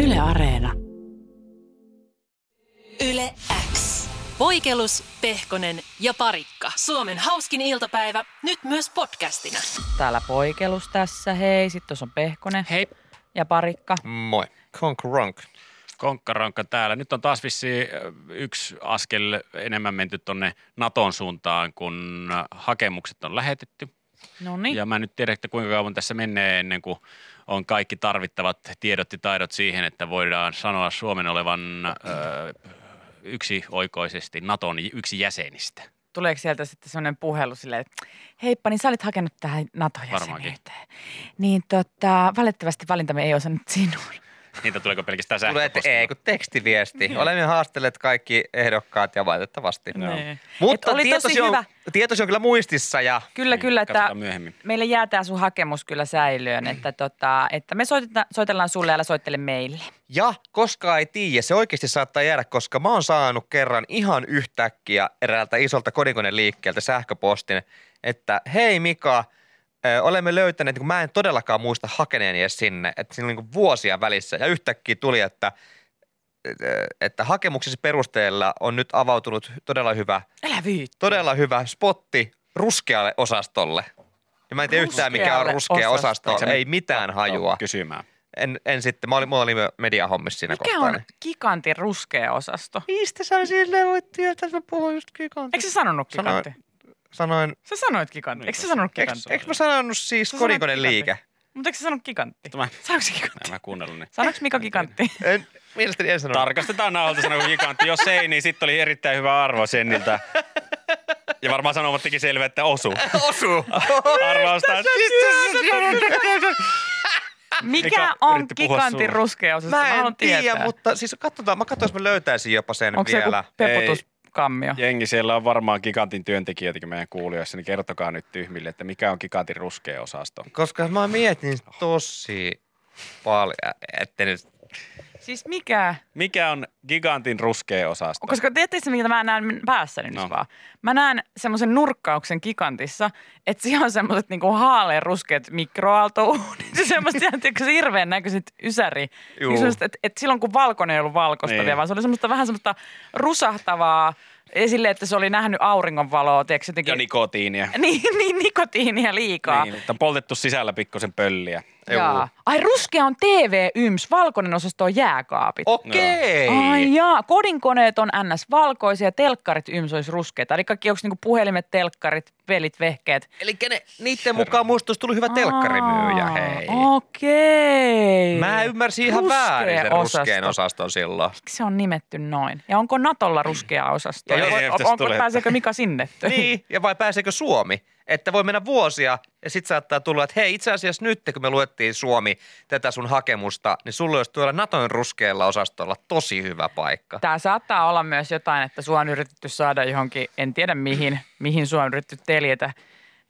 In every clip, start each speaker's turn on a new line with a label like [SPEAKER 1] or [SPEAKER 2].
[SPEAKER 1] Yle Areena.
[SPEAKER 2] Yle X. Voikelus, Pehkonen ja Parikka. Suomen hauskin iltapäivä, nyt myös podcastina.
[SPEAKER 3] Täällä poikelus tässä, hei. Sitten tuossa on Pehkonen
[SPEAKER 4] Hei,
[SPEAKER 3] ja Parikka.
[SPEAKER 5] Moi. Konkurunk.
[SPEAKER 4] konkkaronkka täällä. Nyt on taas vissiin ö, yksi askel enemmän menty tuonne Naton suuntaan, kun äh, hakemukset on lähetetty.
[SPEAKER 3] No niin.
[SPEAKER 4] Ja mä en nyt tiedä, että kuinka kauan tässä menee ennen kuin on kaikki tarvittavat tiedot ja taidot siihen, että voidaan sanoa Suomen olevan ö, yksioikoisesti Naton j- yksi jäsenistä.
[SPEAKER 3] Tuleeko sieltä sitten sellainen puhelu silleen, että heippa, niin sä olit hakenut tähän NATO-jäsenyyteen. Niin tota, valitettavasti valintamme ei osannut sinun.
[SPEAKER 4] Niitä tuleeko pelkästään
[SPEAKER 5] Tulee te-
[SPEAKER 4] sähköpostia?
[SPEAKER 5] ei, kun tekstiviesti. Olemme haastelleet kaikki ehdokkaat ja valitettavasti.
[SPEAKER 3] Niin.
[SPEAKER 5] Mutta
[SPEAKER 3] Et oli
[SPEAKER 5] tietosi,
[SPEAKER 3] tosi
[SPEAKER 5] on,
[SPEAKER 3] hyvä.
[SPEAKER 5] tietosi on kyllä muistissa ja
[SPEAKER 3] Kyllä, kyllä, että
[SPEAKER 4] Katsotaan myöhemmin.
[SPEAKER 3] meille jää tämä sun hakemus kyllä säilöön, että, tota, että me soiteta, soitellaan sulle, älä soittele meille.
[SPEAKER 5] Ja koska ei tiedä, se oikeasti saattaa jäädä, koska mä oon saanut kerran ihan yhtäkkiä eräältä isolta kodinkoneliikkeeltä sähköpostin, että hei Mika, ö, olemme löytäneet, niin kun mä en todellakaan muista hakeneeni edes sinne, että siinä oli niin vuosia välissä ja yhtäkkiä tuli, että, ö, että hakemuksesi perusteella on nyt avautunut todella hyvä,
[SPEAKER 3] Älä viit.
[SPEAKER 5] todella hyvä spotti ruskealle osastolle. Ja mä en tiedä yhtään, mikä on
[SPEAKER 3] Ruskealle
[SPEAKER 5] ruskea osasto,
[SPEAKER 4] osastolle.
[SPEAKER 5] ei mitään hajua
[SPEAKER 4] Kysymään.
[SPEAKER 5] en, en sitten, mä olin, mä olin mediahommissa siinä
[SPEAKER 3] Mikä
[SPEAKER 5] kohtaa.
[SPEAKER 3] on
[SPEAKER 5] niin.
[SPEAKER 3] gigantin ruskea osasto?
[SPEAKER 5] Mistä sä sille voit tietää, että mä puhun just gigantti?
[SPEAKER 3] Eikö sä sanonut
[SPEAKER 5] Sanoin.
[SPEAKER 3] gigantti?
[SPEAKER 5] Sanoin,
[SPEAKER 3] Sä sanoit gigantti. Eikö sä sanonut
[SPEAKER 5] eikö,
[SPEAKER 3] gigantti?
[SPEAKER 5] eikö mä sanonut siis
[SPEAKER 3] Sä sanoit
[SPEAKER 5] kodikone
[SPEAKER 3] gigantti.
[SPEAKER 5] liike?
[SPEAKER 3] Mutta eikö sä sanonut gigantti?
[SPEAKER 4] Tämä,
[SPEAKER 3] Sanoiko se gigantti?
[SPEAKER 4] mä en kuunnellut niin.
[SPEAKER 3] Sanoiko Mika gigantti?
[SPEAKER 5] En, mielestäni en sanonut.
[SPEAKER 4] No. Tarkastetaan nauhalta sanoa gigantti. Jos ei, niin sitten oli erittäin hyvä arvo Senniltä. Ja varmaan sanomattikin selvä, että osu.
[SPEAKER 5] Osu!
[SPEAKER 4] Arvausta.
[SPEAKER 3] Mikä
[SPEAKER 4] Mika
[SPEAKER 3] on
[SPEAKER 4] yritti puhua
[SPEAKER 3] gigantin
[SPEAKER 4] sulle.
[SPEAKER 3] ruskea osasto?
[SPEAKER 5] Mä en
[SPEAKER 3] haluan
[SPEAKER 5] tiedä,
[SPEAKER 3] tietää.
[SPEAKER 5] mutta siis katsotaan, mä katsoin, jos mä löytäisin jopa sen
[SPEAKER 3] Onko se joku
[SPEAKER 5] vielä.
[SPEAKER 3] peputuskammio?
[SPEAKER 4] Jengi, siellä on varmaan gigantin työntekijöitäkin meidän kuulijoissa, niin kertokaa nyt tyhmille, että mikä on gigantin ruskea osasto.
[SPEAKER 5] Koska mä mietin tosi paljon, että nyt
[SPEAKER 3] Siis mikä?
[SPEAKER 4] Mikä on gigantin ruskea osasto?
[SPEAKER 3] Koska tiedättekö se, mitä mä näen päässäni no. nyt
[SPEAKER 4] No.
[SPEAKER 3] vaan? Mä näen semmoisen nurkkauksen gigantissa, että siellä on semmoiset niinku haaleen ruskeat mikroaaltouunit. Se semmoiset, tiedätkö, se hirveän näköiset ysäri.
[SPEAKER 5] Juu.
[SPEAKER 3] Niin semmoiset, että, että silloin kun valkoinen ei ollut valkoista niin.
[SPEAKER 4] Niin.
[SPEAKER 3] vielä, vaan se oli semmoista vähän semmoista rusahtavaa. Esille, että se oli nähnyt auringonvaloa, tiedätkö, jotenkin...
[SPEAKER 4] Ja nikotiinia.
[SPEAKER 3] niin, niin, nikotiinia liikaa.
[SPEAKER 4] Niin, että on poltettu sisällä pikkusen pölliä.
[SPEAKER 5] Juu.
[SPEAKER 3] Jaa. Ai ruskea on TV-yms, valkoinen osasto on jääkaapit.
[SPEAKER 5] okei.
[SPEAKER 3] Ai jaa, kodinkoneet on ns. valkoisia, telkkarit yms olisi ruskeita. Eli kaikki onko niinku puhelimet, telkkarit, pelit, vehkeet.
[SPEAKER 5] Eli ne, niiden mukaan musta olisi tullut hyvä telkkarimyyjä,
[SPEAKER 3] Aa,
[SPEAKER 5] hei.
[SPEAKER 3] Okei.
[SPEAKER 5] Mä ymmärsin ihan
[SPEAKER 3] Ruskea
[SPEAKER 5] väärin sen
[SPEAKER 3] osasto.
[SPEAKER 5] ruskean osaston silloin.
[SPEAKER 3] Miksi se on nimetty noin? Ja onko Natolla ruskea osasto?
[SPEAKER 4] Ei,
[SPEAKER 3] Ja
[SPEAKER 4] ei,
[SPEAKER 3] on-
[SPEAKER 4] ei,
[SPEAKER 3] onko,
[SPEAKER 4] tästä tulee-
[SPEAKER 3] pääseekö Mika sinne? töihin?
[SPEAKER 5] Niin, ja vai pääseekö Suomi? Että voi mennä vuosia ja sitten saattaa tulla, että hei itse asiassa nyt kun me luettiin Suomi tätä sun hakemusta, niin sulla olisi tuolla Naton ruskealla osastolla tosi hyvä paikka.
[SPEAKER 3] Tämä saattaa olla myös jotain, että sua on yritetty saada johonkin, en tiedä mihin, mihin sua on yritetty teljetä,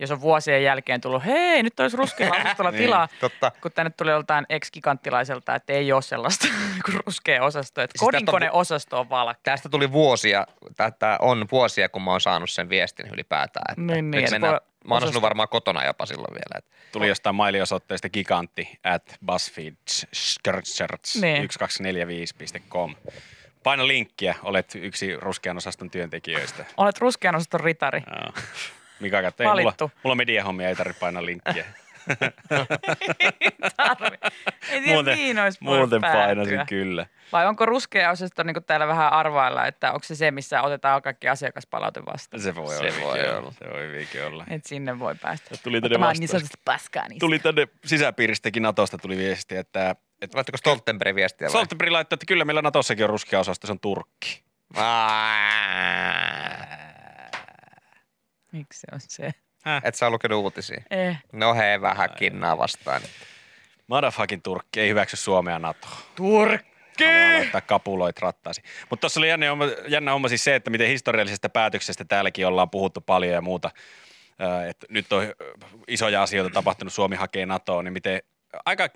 [SPEAKER 3] jos on vuosien jälkeen tullut, hei, nyt olisi ruskealla osastolla
[SPEAKER 4] Niin,
[SPEAKER 3] tilaa.
[SPEAKER 5] totta.
[SPEAKER 3] Kun tänne tuli joltain ex-giganttilaiselta, että ei ole sellaista kuin ruskea osasto. Että
[SPEAKER 5] Siis tästä on vu-
[SPEAKER 3] kodinkoneosasto on valkea.
[SPEAKER 5] Tästä tuli vuosia, tätä on vuosia, kun mä oon saanut sen viestin ylipäätään. Että
[SPEAKER 3] Niin, niin,
[SPEAKER 5] nyt
[SPEAKER 3] että
[SPEAKER 5] mennään,
[SPEAKER 3] voi-
[SPEAKER 5] mä oon
[SPEAKER 3] osasta-
[SPEAKER 5] asunut varmaan kotona jopa silloin vielä. Että.
[SPEAKER 4] Tuli jostain mailiosoitteesta gigantti at
[SPEAKER 3] Niin.
[SPEAKER 4] buzzfeed1245.com. Paina linkkiä, olet yksi ruskean osaston työntekijöistä.
[SPEAKER 3] Olet ruskean osaston ritari.
[SPEAKER 4] Joo. Mika katsoi, ei, mulla,
[SPEAKER 3] Valittu.
[SPEAKER 4] mulla on mediahommia, ei tarvitse painaa linkkiä.
[SPEAKER 3] Tarvi. Ei tiedä, mihin olisi voinut
[SPEAKER 4] muuten
[SPEAKER 3] päätyä.
[SPEAKER 4] painasin kyllä.
[SPEAKER 3] Vai onko ruskea osasto, niin kuin täällä vähän arvailla, että onko se se, missä otetaan kaikki asiakaspalaute vastaan.
[SPEAKER 4] Se voi,
[SPEAKER 5] Se
[SPEAKER 4] olla,
[SPEAKER 5] voi
[SPEAKER 4] hyvinkin
[SPEAKER 5] olla.
[SPEAKER 4] olla. Se voi hyvinkin olla.
[SPEAKER 3] Et sinne voi päästä.
[SPEAKER 4] Tuli tänne
[SPEAKER 3] Ottamaan niin
[SPEAKER 4] vastaus.
[SPEAKER 3] sanotusti paskaa niistä.
[SPEAKER 4] Tuli tänne sisäpiiristäkin Natosta tuli viesti, että, että
[SPEAKER 5] Laittako Stoltenberg viestiä vai?
[SPEAKER 4] Soltebri laittoi, että kyllä meillä Natossakin on ruskea osasto, se on Turkki.
[SPEAKER 3] Miksi se on se?
[SPEAKER 5] Et sä oo lukenut uutisia.
[SPEAKER 3] Eh.
[SPEAKER 5] No hei, vähän kinnaa vastaan.
[SPEAKER 4] Madafakin Turkki ei hyväksy Suomea NATOa. Haluaa
[SPEAKER 3] Turkki!
[SPEAKER 4] laittaa kapuloit rattaasi. Mutta tuossa oli jännä homma, jännä homma siis se, että miten historiallisesta päätöksestä täälläkin ollaan puhuttu paljon ja muuta. Äh, Ö, Että nyt on ö, isoja asioita tapahtunut, Suomi hakee NATOa, niin miten aika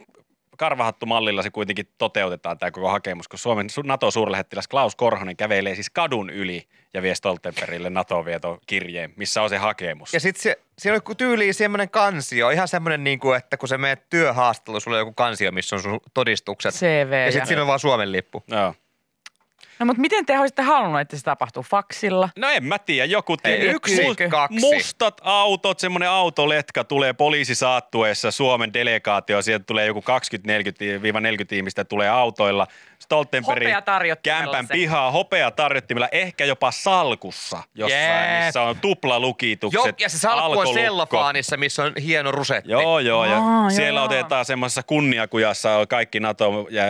[SPEAKER 4] karvahattumallilla se kuitenkin toteutetaan tämä koko hakemus, kun Suomen su- NATO-suurlähettiläs Klaus Korhonen kävelee siis kadun yli ja vie Stoltenbergille NATO-vieton kirjeen, missä on se hakemus.
[SPEAKER 5] Ja sitten se, siinä oli tyyliin semmoinen kansio, ihan semmoinen, niin kuin, että kun se menet työhaastattelu, sulla on joku kansio, missä on sun todistukset.
[SPEAKER 3] CV.
[SPEAKER 5] ja sitten siinä on vaan Suomen lippu.
[SPEAKER 4] Joo.
[SPEAKER 3] No mutta miten te olisitte halunnut, että se tapahtuu? Faksilla?
[SPEAKER 4] No en mä tiedä, joku tie.
[SPEAKER 5] Ei,
[SPEAKER 4] Yksi,
[SPEAKER 5] yksi, kaksi.
[SPEAKER 4] mustat autot, semmoinen autoletka tulee poliisi saattuessa, Suomen delegaatio, sieltä tulee joku 20-40 ihmistä tulee autoilla. Stoltenberg
[SPEAKER 3] Hopeatarjottimella
[SPEAKER 4] kämpän
[SPEAKER 3] se.
[SPEAKER 4] pihaa hopea tarjottimella, ehkä jopa salkussa jossain,
[SPEAKER 5] Jep.
[SPEAKER 4] missä on tuplalukitukset,
[SPEAKER 5] Jo, ja se salkku on
[SPEAKER 4] alkolukko.
[SPEAKER 5] sellofaanissa, missä on hieno rusetti.
[SPEAKER 4] Joo, joo, ja
[SPEAKER 3] Aa, joo,
[SPEAKER 4] siellä
[SPEAKER 3] joo.
[SPEAKER 4] otetaan semmoisessa kunniakujassa on kaikki NATO, ja,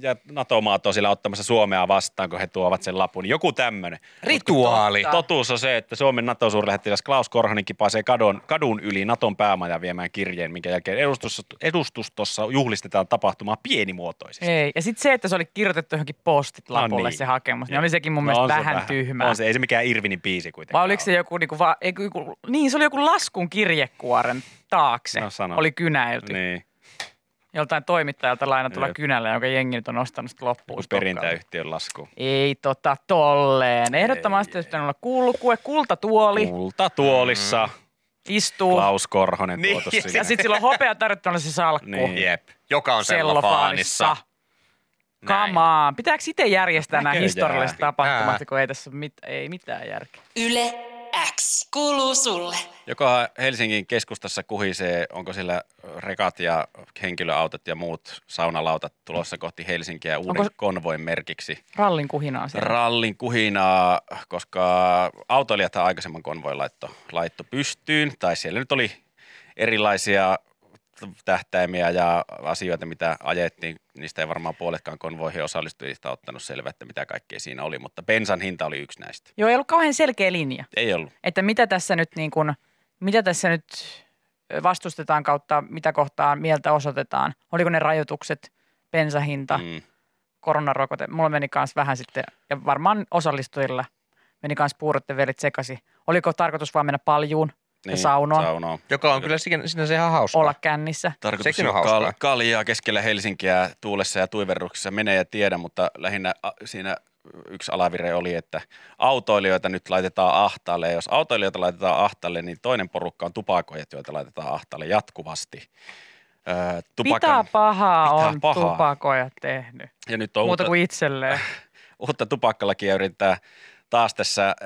[SPEAKER 4] ja NATO-maat on siellä ottamassa Suomea vastaan, kun he tuovat sen lapun. Joku tämmöinen.
[SPEAKER 5] Rituaali.
[SPEAKER 3] Totta.
[SPEAKER 4] Totuus on se, että Suomen NATO-suurlähettiläs Klaus Korhonen pääsee kadon, kadun yli Naton päämajan viemään kirjeen, minkä jälkeen edustus, edustustossa juhlistetaan tapahtumaa pienimuotoisesti.
[SPEAKER 3] Ei. Ja sitten se, että se oli kirjoitettu johonkin postit lapulle no
[SPEAKER 4] No niin.
[SPEAKER 3] niin. se hakemus, niin oli sekin mun
[SPEAKER 4] No
[SPEAKER 3] mielestä
[SPEAKER 4] on se
[SPEAKER 3] vähän, tyhmää.
[SPEAKER 4] On se, ei se mikään Irvinin biisi kuitenkaan
[SPEAKER 3] Vai oliko se
[SPEAKER 4] ole.
[SPEAKER 3] joku, niinku, va, ei, kun joku, niin se oli joku laskun kirjekuoren taakse,
[SPEAKER 4] No, sano.
[SPEAKER 3] oli kynäilty. Niin.
[SPEAKER 4] Niin,
[SPEAKER 3] Joltain toimittajalta lainatulla
[SPEAKER 4] Jep.
[SPEAKER 3] kynällä, jonka jengi nyt on ostanut sitten loppuun.
[SPEAKER 4] joku
[SPEAKER 3] stokkaan.
[SPEAKER 4] perintäyhtiön lasku.
[SPEAKER 3] Ei tota tolleen. Ehdottomasti olisi pitänyt olla kuulukue, kultatuoli,
[SPEAKER 4] Kulta tuolissa,
[SPEAKER 3] istuu.
[SPEAKER 4] Klaus Korhonen
[SPEAKER 5] Niin,
[SPEAKER 4] tuotu
[SPEAKER 5] ja
[SPEAKER 4] sinne.
[SPEAKER 3] Mm. Ja sitten sillä on hopea tarjottamalla se salkku.
[SPEAKER 4] Niin.
[SPEAKER 5] Jep. Joka on
[SPEAKER 3] sellofaanissa.
[SPEAKER 5] sellofaanissa. Näin.
[SPEAKER 3] Kamaa. Pitääkö itse järjestää nämä
[SPEAKER 4] Näköjään.
[SPEAKER 3] historialliset
[SPEAKER 5] Pitää.
[SPEAKER 3] tapahtumat, kun ei tässä mit, ei mitään järkeä?
[SPEAKER 2] Yle X kuuluu sulle.
[SPEAKER 4] Joka Helsingin keskustassa kuhisee, onko siellä rekat ja henkilöautot ja muut saunalautat tulossa kohti Helsinkiä uuden
[SPEAKER 3] Onko-
[SPEAKER 4] konvoin merkiksi.
[SPEAKER 3] Rallin kuhinaa siellä.
[SPEAKER 4] Rallin kuhinaa, koska autoilijat aikaisemman konvoin laitto, laitto pystyyn, tai siellä nyt oli erilaisia tähtäimiä ja asioita, mitä ajettiin. Niistä ei varmaan puoletkaan konvoihin osallistujista ottanut selvää, että mitä kaikkea siinä oli, mutta bensan hinta oli yksi näistä.
[SPEAKER 3] Joo, ei ollut kauhean selkeä linja,
[SPEAKER 4] Ei ollut.
[SPEAKER 3] että mitä tässä nyt, niin kuin, mitä tässä nyt vastustetaan kautta, mitä kohtaa mieltä osoitetaan. Oliko ne rajoitukset, bensahinta, mm.
[SPEAKER 4] Mm.
[SPEAKER 3] koronarokote. Mulla meni kans vähän sitten, ja varmaan osallistujilla meni kans puurot ja velit sekaisin. Oliko tarkoitus vaan mennä paljuun
[SPEAKER 4] niin,
[SPEAKER 3] ja saunoon,
[SPEAKER 4] saunoon.
[SPEAKER 5] Joka on kyllä siinä, siinä se ihan hauska.
[SPEAKER 3] olla kännissä?
[SPEAKER 4] Tarkoitus
[SPEAKER 5] Sekin
[SPEAKER 4] on
[SPEAKER 5] on hauskaa.
[SPEAKER 4] kal- kaljaa keskellä Helsinkiä tuulessa ja tuiverruksessa menee ja tiedä, mutta lähinnä a- siinä yksi alavire oli, että autoilijoita nyt laitetaan ahtaalle. Ja jos autoilijoita laitetaan ahtaalle, niin toinen porukka on tupakoijat, joita laitetaan ahtaalle jatkuvasti. Öö,
[SPEAKER 3] Pitää pahaa
[SPEAKER 4] Pitää
[SPEAKER 3] on
[SPEAKER 4] pahaa.
[SPEAKER 3] tupakoja tehnyt.
[SPEAKER 4] ja nyt on
[SPEAKER 3] Muuta
[SPEAKER 4] uutta,
[SPEAKER 3] kuin itselleen.
[SPEAKER 4] uutta tupakkalakia yritetään taas tässä äh,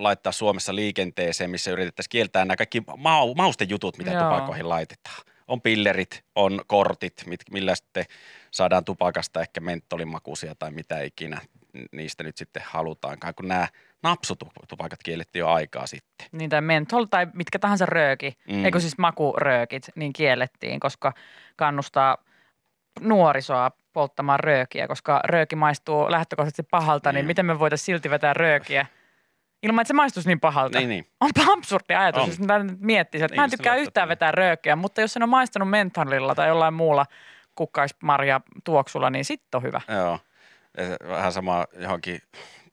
[SPEAKER 4] laittaa Suomessa liikenteeseen, missä yritettäisiin kieltää nämä kaikki mau, maustejutut, mitä Joo.
[SPEAKER 3] Joo.
[SPEAKER 4] tupakoihin laitetaan. On pillerit, on kortit, mit, millä sitten saadaan tupakasta ehkä menttolimakuisia tai mitä ikinä niistä nyt sitten halutaankaan, kun nämä napsutupakat kiellettiin jo aikaa sitten.
[SPEAKER 3] Niin tai menthol tai mitkä tahansa rööki,
[SPEAKER 4] Mm.
[SPEAKER 3] mm. eikö siis makuröökit, niin kiellettiin, koska kannustaa nuorisoa polttamaan röökiä, koska rööki maistuu lähtökohtaisesti pahalta, niin,
[SPEAKER 4] Niin.
[SPEAKER 3] niin miten me voitaisiin silti vetää röökiä ilman, että se maistuisi niin pahalta.
[SPEAKER 4] Niin, niin.
[SPEAKER 3] Onpa absurdi ajatus, on.
[SPEAKER 4] On.
[SPEAKER 3] jos mä nyt miettisin, että mä en
[SPEAKER 4] Ihmisten
[SPEAKER 3] tykkää
[SPEAKER 4] laittaa
[SPEAKER 3] yhtään
[SPEAKER 4] tälle.
[SPEAKER 3] vetää röökiä, mutta jos sen on maistanut mentholilla tai jollain muulla kukkaismarja tuoksulla, niin sitten on hyvä.
[SPEAKER 4] Joo. Ja Vähän sama johonkin,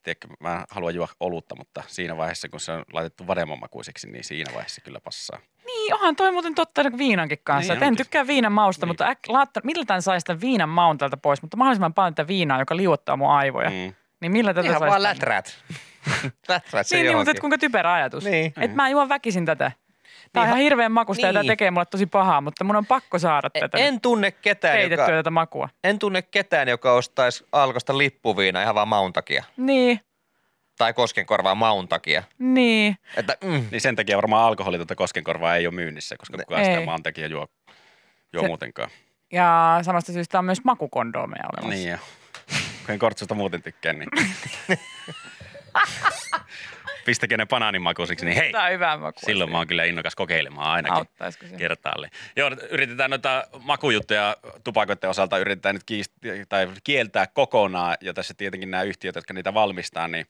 [SPEAKER 4] tiedätkö, mä haluan juoda olutta, mutta siinä vaiheessa, kun se on laitettu vademanmakuiseksi, niin siinä vaiheessa kyllä passaa.
[SPEAKER 3] Niin, onhan toi muuten totta niin kuin viinankin kanssa.
[SPEAKER 4] Niin
[SPEAKER 3] Niin, en
[SPEAKER 4] onkin.
[SPEAKER 3] tykkää viinan mausta,
[SPEAKER 4] Niin.
[SPEAKER 3] niin. mutta äk, laatta, millä tämän saisi tämän viinan maun tältä pois, mutta mahdollisimman paljon tätä viinaa, joka liuottaa mun aivoja. Mm.
[SPEAKER 4] Mm.
[SPEAKER 3] Niin millä tätä
[SPEAKER 5] Ihan
[SPEAKER 3] saisi
[SPEAKER 5] vaan
[SPEAKER 3] tänne?
[SPEAKER 5] läträt. läträt se
[SPEAKER 3] Niin, niin, mutta
[SPEAKER 5] johonkin.
[SPEAKER 3] et kuinka typerä ajatus.
[SPEAKER 5] Niin.
[SPEAKER 3] Että mä juon väkisin tätä. Tämä on
[SPEAKER 5] Niin,
[SPEAKER 3] ihan hirveän makusta niin. ja
[SPEAKER 5] niin.
[SPEAKER 3] tämä tekee mulle tosi pahaa, mutta mun on pakko saada tätä nyt
[SPEAKER 5] En tunne ketään,
[SPEAKER 3] peitettyä
[SPEAKER 5] joka,
[SPEAKER 3] tätä makua.
[SPEAKER 5] en tunne ketään, joka ostaisi alkosta lippuviinaa ihan vaan maun takia.
[SPEAKER 3] Niin,
[SPEAKER 5] Tai koskenkorvaa maun takia.
[SPEAKER 3] niin.
[SPEAKER 5] Että, mm.
[SPEAKER 4] Niin sen takia varmaan alkoholitonta koskenkorvaa ei ole myynnissä, koska kukaan
[SPEAKER 3] Ei.
[SPEAKER 4] sitä maan takia juo, juo
[SPEAKER 3] Se-
[SPEAKER 4] muutenkaan.
[SPEAKER 3] Ja samasta syystä on myös makukondomeja olemassa.
[SPEAKER 4] Niin jo. Kun en kortsusta muuten tykkää, niin... Pistäkää ne banaanimakuisiksi, niin hei,
[SPEAKER 3] Tämä on hyvää makua.
[SPEAKER 4] silloin mä oon kyllä innokas kokeilemaan ainakin.
[SPEAKER 3] Auttaisiko se?
[SPEAKER 4] kertaalleen. Joo, yritetään noita makujuttuja tupakoiden osalta yritetään nyt kiist- tai kieltää kokonaan, ja tässä tietenkin nämä yhtiöt, jotka niitä valmistaa, niin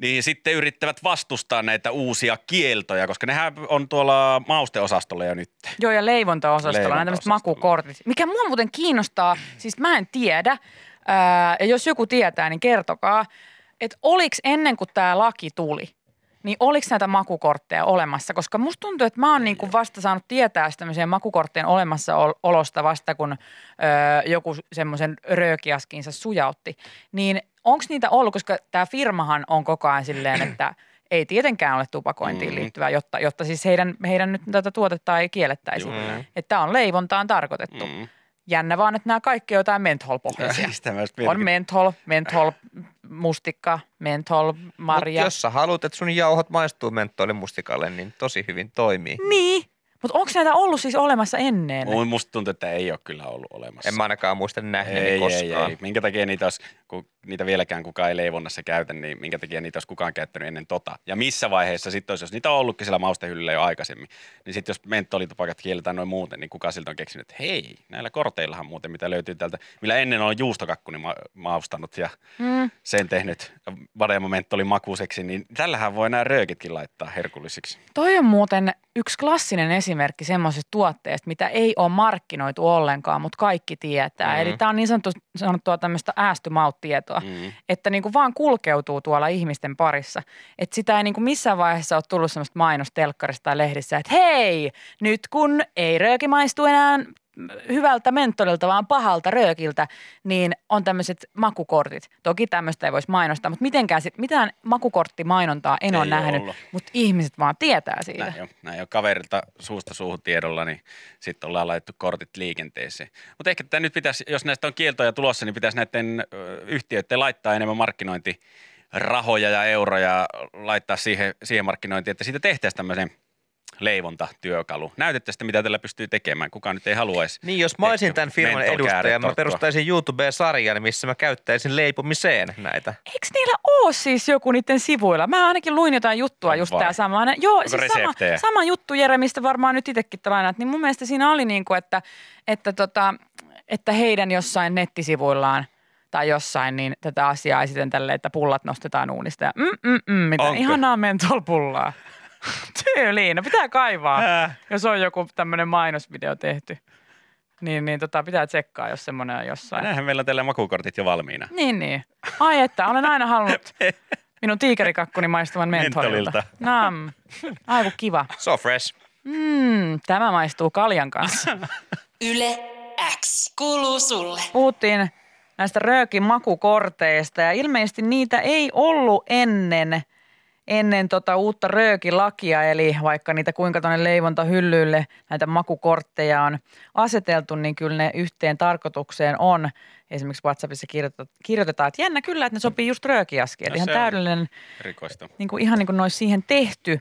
[SPEAKER 4] niin sitten yrittävät vastustaa näitä uusia kieltoja, koska nehän on tuolla mausteosastolla jo nyt.
[SPEAKER 3] Joo, ja leivontaosastolla, nämä tämmöiset
[SPEAKER 4] Leivontaosastolla.
[SPEAKER 3] makukortit. Mikä mua muuten kiinnostaa, siis mä en tiedä, ää, ja jos joku tietää, niin kertokaa, että oliko ennen kuin tämä laki tuli, niin oliko näitä makukortteja olemassa? Koska musta tuntuu, että mä oon niin kuin vasta saanut tietää tämmöisen makukorttien olemassaolosta vasta, kun öö, joku semmoisen röökiaskinsa sujautti. Niin onko niitä ollut, koska tämä firmahan on koko ajan silleen, että ei tietenkään ole tupakointiin
[SPEAKER 4] Mm.
[SPEAKER 3] liittyvää, jotta, jotta siis heidän, heidän nyt tätä tuotetta ei kiellettäisi.
[SPEAKER 4] Juuri näin.
[SPEAKER 3] Mm. Että tämä on leivontaan tarkoitettu.
[SPEAKER 4] Mm.
[SPEAKER 3] Jännä vaan, että nämä kaikki on jotain mentol-pohjaisia.
[SPEAKER 4] Sitä mä just
[SPEAKER 3] On
[SPEAKER 4] mietin.
[SPEAKER 3] menthol, menthol, mustikka, menthol, marja.
[SPEAKER 5] Mut jos sä haluat, että sun jauhot maistuu mentolimusikalle, niin tosi hyvin toimii.
[SPEAKER 3] Niin, mutta onko näitä ollut siis olemassa ennen?
[SPEAKER 4] Mun musta tuntuu, että ei ole kyllä ollut olemassa.
[SPEAKER 5] En mä ainakaan muista nähneeni
[SPEAKER 4] ei, ei,
[SPEAKER 5] koskaan.
[SPEAKER 4] ei, Minkä takia niitä, olisi, kun niitä vieläkään kukaan ei leivonnassa käytä, niin minkä takia niitä olisi kukaan käyttänyt ennen tota? Ja missä vaiheessa sitten olisi, jos niitä on ollutkin siellä maustehyllyllä jo aikaisemmin, niin sitten jos mentolitupakat kielletään noin muuten, niin kuka siltä on keksinyt, että hei, näillä korteillahan muuten, mitä löytyy täältä, millä ennen on juustokakkuni ma- maustanut ja
[SPEAKER 3] Mm.
[SPEAKER 4] sen tehnyt vadeama mentolin makuiseksi, niin tällähän voi nämä röökitkin laittaa herkullisiksi.
[SPEAKER 3] Toi on muuten yksi klassinen esimerkki semmoisesta tuotteesta, mitä ei ole markkinoitu ollenkaan, mutta kaikki tietää.
[SPEAKER 4] Mm.
[SPEAKER 3] Eli tämä on niin sanottu, sanottua tämmöistä äästymauttietoa, mm.
[SPEAKER 4] Mm.
[SPEAKER 3] että niinku vaan kulkeutuu tuolla ihmisten parissa. Että sitä ei niinku missään vaiheessa ole tullut semmoista mainostelkkarista tai lehdissä, että hei, nyt kun ei rööki maistu enää hyvältä mentolilta, vaan pahalta röökiltä, niin on tämmöiset makukortit. Toki tämmöistä ei voisi mainostaa, mutta mitenkään sit, mitään makukorttimainontaa en
[SPEAKER 4] Ei
[SPEAKER 3] ole
[SPEAKER 4] ole
[SPEAKER 3] nähnyt,
[SPEAKER 4] ollut.
[SPEAKER 3] mutta ihmiset vaan tietää siitä.
[SPEAKER 4] Näin on, näin on kaverilta suusta suuhun tiedolla, niin sitten ollaan laitettu kortit liikenteeseen. Mutta ehkä tämä nyt pitäisi, jos näistä on kieltoja tulossa, niin pitäisi näiden ö, yhtiöiden laittaa enemmän markkinointirahoja ja euroja laittaa siihen, siihen markkinointiin, että siitä tehtäisiin tämmöinen leivontatyökalu. Näytettäisiin, mitä tällä pystyy tekemään. Kukaan nyt ei haluaisi.
[SPEAKER 5] Niin, jos mä olisin
[SPEAKER 4] Ehkä
[SPEAKER 5] tämän firman
[SPEAKER 4] mentolkääretorttua.
[SPEAKER 5] edustaja, mä perustaisin YouTube-sarjan, missä mä käyttäisin leipomiseen näitä.
[SPEAKER 3] Eikö niillä ole siis joku niiden sivuilla? Mä ainakin luin jotain juttua
[SPEAKER 4] On
[SPEAKER 3] just
[SPEAKER 4] vai?
[SPEAKER 3] tämä sama. Joo,
[SPEAKER 4] Onko
[SPEAKER 3] siis sama,
[SPEAKER 4] reseptejä?
[SPEAKER 3] sama juttu Jere, mistä varmaan nyt itsekin te lainaat. Niin mun mielestä siinä oli niin kuin, että, että, tota, että heidän jossain nettisivuillaan tai jossain, niin tätä asiaa esitän tälleen, että pullat nostetaan uunista. Ja mm, mm, mm, mitä
[SPEAKER 4] Onko?
[SPEAKER 3] ihanaa mentolpullaa. Tyyliin, no pitää kaivaa,
[SPEAKER 4] Äh.
[SPEAKER 3] jos on joku tämmöinen mainosvideo tehty. Niin, niin tota, pitää tsekkaa, jos semmoinen on jossain.
[SPEAKER 4] Näinhän meillä on tällä makukortit jo valmiina.
[SPEAKER 3] Niin, niin. Ai että, olen aina halunnut minun tiikerikakkuni maistuvan mentolilta.
[SPEAKER 4] Mentolilta.
[SPEAKER 3] Nam. Aivan kiva.
[SPEAKER 5] So fresh.
[SPEAKER 3] Mm, tämä maistuu kaljan kanssa.
[SPEAKER 2] Yle X kuuluu sulle.
[SPEAKER 3] Puhuttiin näistä röökin makukorteista ja ilmeisesti niitä ei ollut ennen, ennen tota uutta röökilakia. Eli vaikka niitä kuinka tuonne leivontahyllylle näitä makukortteja on aseteltu, niin kyllä ne yhteen tarkoitukseen on. Esimerkiksi WhatsAppissa kirjoitetaan, kirjoitetaan että jännä kyllä, että ne sopii just röökiaskiin.
[SPEAKER 4] No
[SPEAKER 3] Eli ihan
[SPEAKER 4] se on.
[SPEAKER 3] täydellinen
[SPEAKER 4] Rikoista.
[SPEAKER 3] niin kuin ihan niin kuin ne olisi siihen tehty.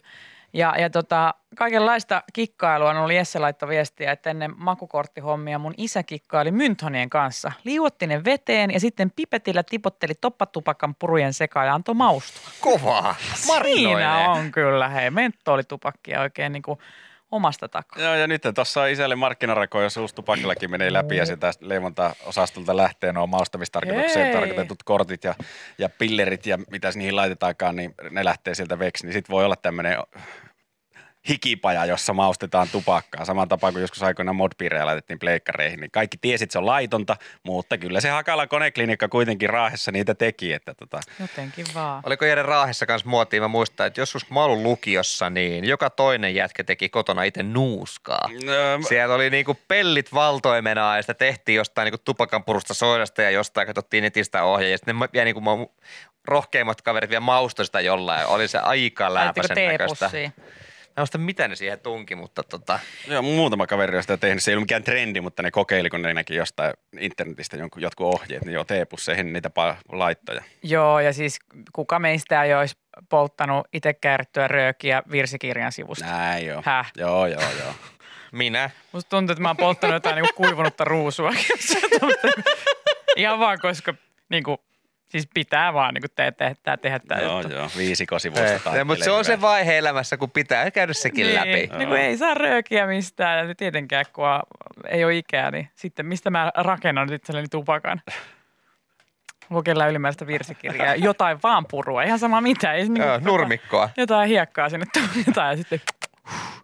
[SPEAKER 3] Ja, ja tota, kaikenlaista kikkailua, on oli Jesse laitto viestiä, että ennen makukorttihommia mun isä kikkaili mynthonien kanssa. Liuotti ne veteen ja sitten pipetillä tipotteli toppatupakan purujen sekaan ja antoi maustua.
[SPEAKER 5] Kovaa.
[SPEAKER 3] Siinä
[SPEAKER 5] Marinoineen.
[SPEAKER 3] on kyllä, hei, mentolitupakkia oikein niin kuin omasta takaa.
[SPEAKER 4] Joo, ja nyt tuossa on isälle markkinarako, jos uusi tupakillakin menee läpi ja sieltä leivontaosastolta lähtee nuo maustamistarkoitukseen
[SPEAKER 3] Hei.
[SPEAKER 4] tarkoitetut kortit ja, ja pillerit ja mitä niihin laitetaankaan, niin ne lähtee sieltä veksi. Niin sitten voi olla tämmöinen hikipaja, jossa maustetaan tupakkaa. Saman tapaan kuin joskus aikoinaan modpiirejä laitettiin pleikkareihin, niin kaikki tiesi, että se on laitonta, mutta kyllä se Hakala koneklinikka kuitenkin Raahessa niitä teki, että tota,
[SPEAKER 3] Jotenkin vaan.
[SPEAKER 5] Oliko Jere Raahessa kanssa muotia? Mä muistan, että joskus kun mä olin lukiossa, niin joka toinen jätkä teki kotona itse nuuskaa.
[SPEAKER 4] Öö,
[SPEAKER 5] Siellä oli niinku pellit valtoimena ja sitä tehtiin jostain niinku tupakanpurusta soidasta ja jostain katsottiin netistä ohjeja. Ja sitten ne vielä niinku mun rohkeimmat kaverit vielä maustoi sitä jollain. Oli se aika
[SPEAKER 3] Laittiko
[SPEAKER 5] läpäisen näköistä.
[SPEAKER 3] teepussiin?
[SPEAKER 5] Mä en muista, mitä ne siihen tunki, mutta tota,
[SPEAKER 4] Joo, muutama kaveri on sitä tehnyt. Se ei ollut mikään trendi, mutta ne kokeili, kun ne näki jostain internetistä jonkun, jotkut ohjeet, niin joo, teepusseihin niitä pa- laittoja.
[SPEAKER 3] Joo, ja siis kuka meistä ei olisi polttanut itse käärittyä röökiä virsikirjan sivusta?
[SPEAKER 4] Näin joo.
[SPEAKER 3] Häh?
[SPEAKER 4] Joo, joo, joo.
[SPEAKER 5] minä.
[SPEAKER 3] Musta tuntuu, että mä oon polttanut jotain niinku kuivunutta ruusua. Ihan vaan, koska niinku, siis pitää vaan niinku te, te, te, tehdä tämä
[SPEAKER 4] joo,
[SPEAKER 3] juttu.
[SPEAKER 4] joo. Viisikon sivusta tai.
[SPEAKER 5] Mutta se on se vaihe elämässä, kun pitää käydä sekin
[SPEAKER 3] Niin,
[SPEAKER 5] läpi.
[SPEAKER 3] Niin kun ei saa röökiä mistään ja tietenkään kun a- ei ole ikää, niin sitten mistä mä rakennan nyt itselleni tupakan? Lukella ylimääräistä virsikirjaa, jotain vaan purua, ihan sama mitä. Ei, se niinku,
[SPEAKER 5] Joo, nurmikkoa.
[SPEAKER 3] Jotain hiekkaa sinne tunnetaan ja sitten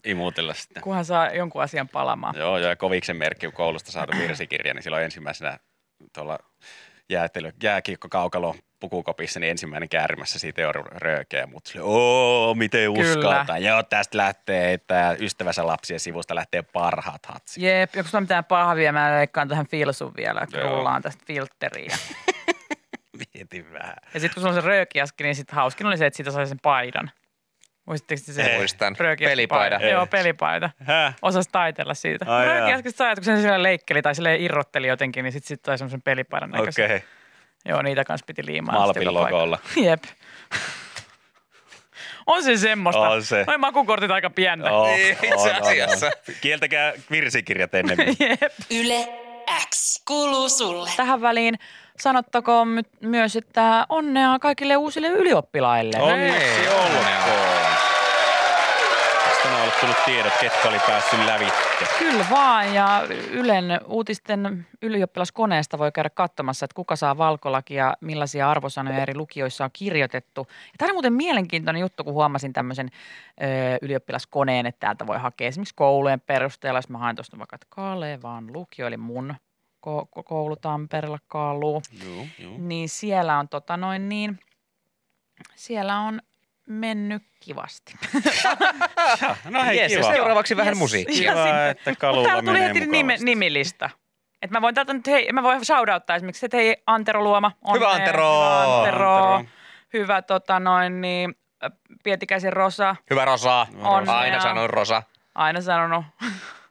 [SPEAKER 4] Imutella sitten.
[SPEAKER 3] kunhan saa jonkun asian palamaan.
[SPEAKER 4] Joo, joo, ja koviksen merkki, kun koulusta saatu virsikirja, niin silloin ensimmäisenä tuolla jäätelö, jääkiekko kaukalo pukukopissa niin ensimmäinen käärimässä siitä on röökeä, mutta sille, oo, miten uskaltaa. Joo, tästä lähtee, heittää ystävänsä lapsien sivusta lähtee parhaat hatsi.
[SPEAKER 3] Jep, onko sulla mitään pahvia? Mä leikkaan tähän filsun vielä, kun
[SPEAKER 4] Joo.
[SPEAKER 3] rullaan tästä filteriä.
[SPEAKER 4] Mietin vähän.
[SPEAKER 3] Ja sitten kun sulla on se röökiaski, niin sitten hauskin oli se, että siitä sai sen paidan. Muistatteko te se?
[SPEAKER 4] Ei.
[SPEAKER 5] Muistan.
[SPEAKER 3] röökiaskin
[SPEAKER 5] Pelipaida.
[SPEAKER 3] paita? Joo,
[SPEAKER 4] Ei.
[SPEAKER 3] pelipaita.
[SPEAKER 4] Häh?
[SPEAKER 3] Osas taitella siitä.
[SPEAKER 4] Ai jaa.
[SPEAKER 3] Röökiaskista sai, että kun sen sillä leikkeli tai sille irrotteli jotenkin, niin sitten sit sai semmoisen pelipaidan näköisen.
[SPEAKER 4] Okei, okay.
[SPEAKER 3] Joo, niitä kanssa piti liimaa.
[SPEAKER 4] Malpin
[SPEAKER 3] sitten joka
[SPEAKER 4] logolla.
[SPEAKER 3] paikka. Jep. on se semmoista.
[SPEAKER 4] On se.
[SPEAKER 3] Noi makukortit aika pientä.
[SPEAKER 4] Oh,
[SPEAKER 5] Niin, itse asiassa.
[SPEAKER 4] Kieltäkää virsikirjat ennemmin.
[SPEAKER 3] Jep.
[SPEAKER 2] Yle X kuuluu sulle.
[SPEAKER 3] Tähän väliin sanottakoon my- myös, että onnea kaikille uusille ylioppilaille.
[SPEAKER 4] Onneksi
[SPEAKER 5] Hei,
[SPEAKER 4] olkoon. Tästä on ollut tullut tiedot, ketkä oli päässyt lävitte.
[SPEAKER 3] Kyllä vaan, ja Ylen uutisten ylioppilaskoneesta voi käydä katsomassa, että kuka saa valkolakia, ja millaisia arvosanoja eri lukioissa on kirjoitettu. Ja tämä oli muuten mielenkiintoinen juttu, kun huomasin tämmöisen ö, ylioppilaskoneen, että täältä voi hakea esimerkiksi koulujen perusteella, jos mä haen tuosta vaikka, että Kalevan lukio, eli mun ko- ko- koulu Tampereella Kaluu,
[SPEAKER 4] Joo, joo.
[SPEAKER 3] niin siellä on tota noin niin, siellä on mennyt kivasti.
[SPEAKER 4] No hei,
[SPEAKER 5] Jees, ja
[SPEAKER 4] kiva.
[SPEAKER 5] seuraavaksi vähän
[SPEAKER 3] Yes.
[SPEAKER 5] musiikkia.
[SPEAKER 3] Ja
[SPEAKER 4] Kiva,
[SPEAKER 3] sinne.
[SPEAKER 4] että
[SPEAKER 3] Mut
[SPEAKER 4] kalulla
[SPEAKER 3] täällä tuli
[SPEAKER 4] menee
[SPEAKER 3] heti nime,
[SPEAKER 4] mukavasti.
[SPEAKER 3] nimilista. Et mä voin täältä nyt, hei, mä voin shoutouttaa esimerkiksi, että hei Antero Luoma.
[SPEAKER 5] Hyvä Antero!
[SPEAKER 3] Hyvä Antero.
[SPEAKER 4] Antero.
[SPEAKER 3] Hyvä tota noin niin, ä, Pietikäisen Rosa,
[SPEAKER 5] Hyvä Rosa.
[SPEAKER 3] Onnea.
[SPEAKER 5] Aina sanon Rosa.
[SPEAKER 3] aina sanonut.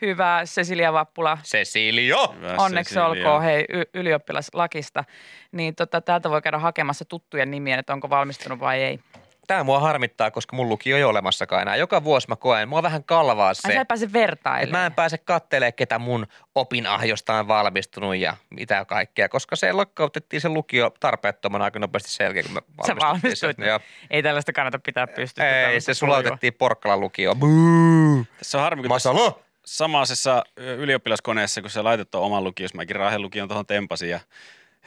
[SPEAKER 3] Hyvä Cecilia Vappula.
[SPEAKER 5] Cecilio.
[SPEAKER 4] Hyvä,
[SPEAKER 3] Onneksi
[SPEAKER 4] Cecilia.
[SPEAKER 3] olkoon, hei, y- ylioppilaslakista. Niin tota, täältä voi käydä hakemassa tuttujen nimiä, että onko valmistunut vai ei.
[SPEAKER 5] Tämä mua harmittaa, koska mun lukio ei ole olemassakaan enää. Joka vuosi mä koen, mua vähän kalvaa
[SPEAKER 3] Ai sä
[SPEAKER 5] se,
[SPEAKER 3] et pääse
[SPEAKER 5] että
[SPEAKER 3] vertailemaan.
[SPEAKER 5] mä en pääse kattelee, ketä mun opinahjosta on valmistunut ja mitä kaikkea, koska se lakkautettiin se lukio tarpeettoman aika nopeasti sen jälkeen, kun mä
[SPEAKER 3] Sä
[SPEAKER 5] valmistuin.
[SPEAKER 3] valmistuit.
[SPEAKER 5] Joo.
[SPEAKER 3] Ei tällaista kannata pitää pystyssä.
[SPEAKER 5] Ei, se sulautettiin Porkkalan lukioon.
[SPEAKER 4] Tässä on harmi, kun tässä
[SPEAKER 5] Masalo!
[SPEAKER 4] samaisessa ö, ylioppilaskoneessa, kun se laitettu on oman lukion, jos mäkin Raahen lukion tuohon tempasin ja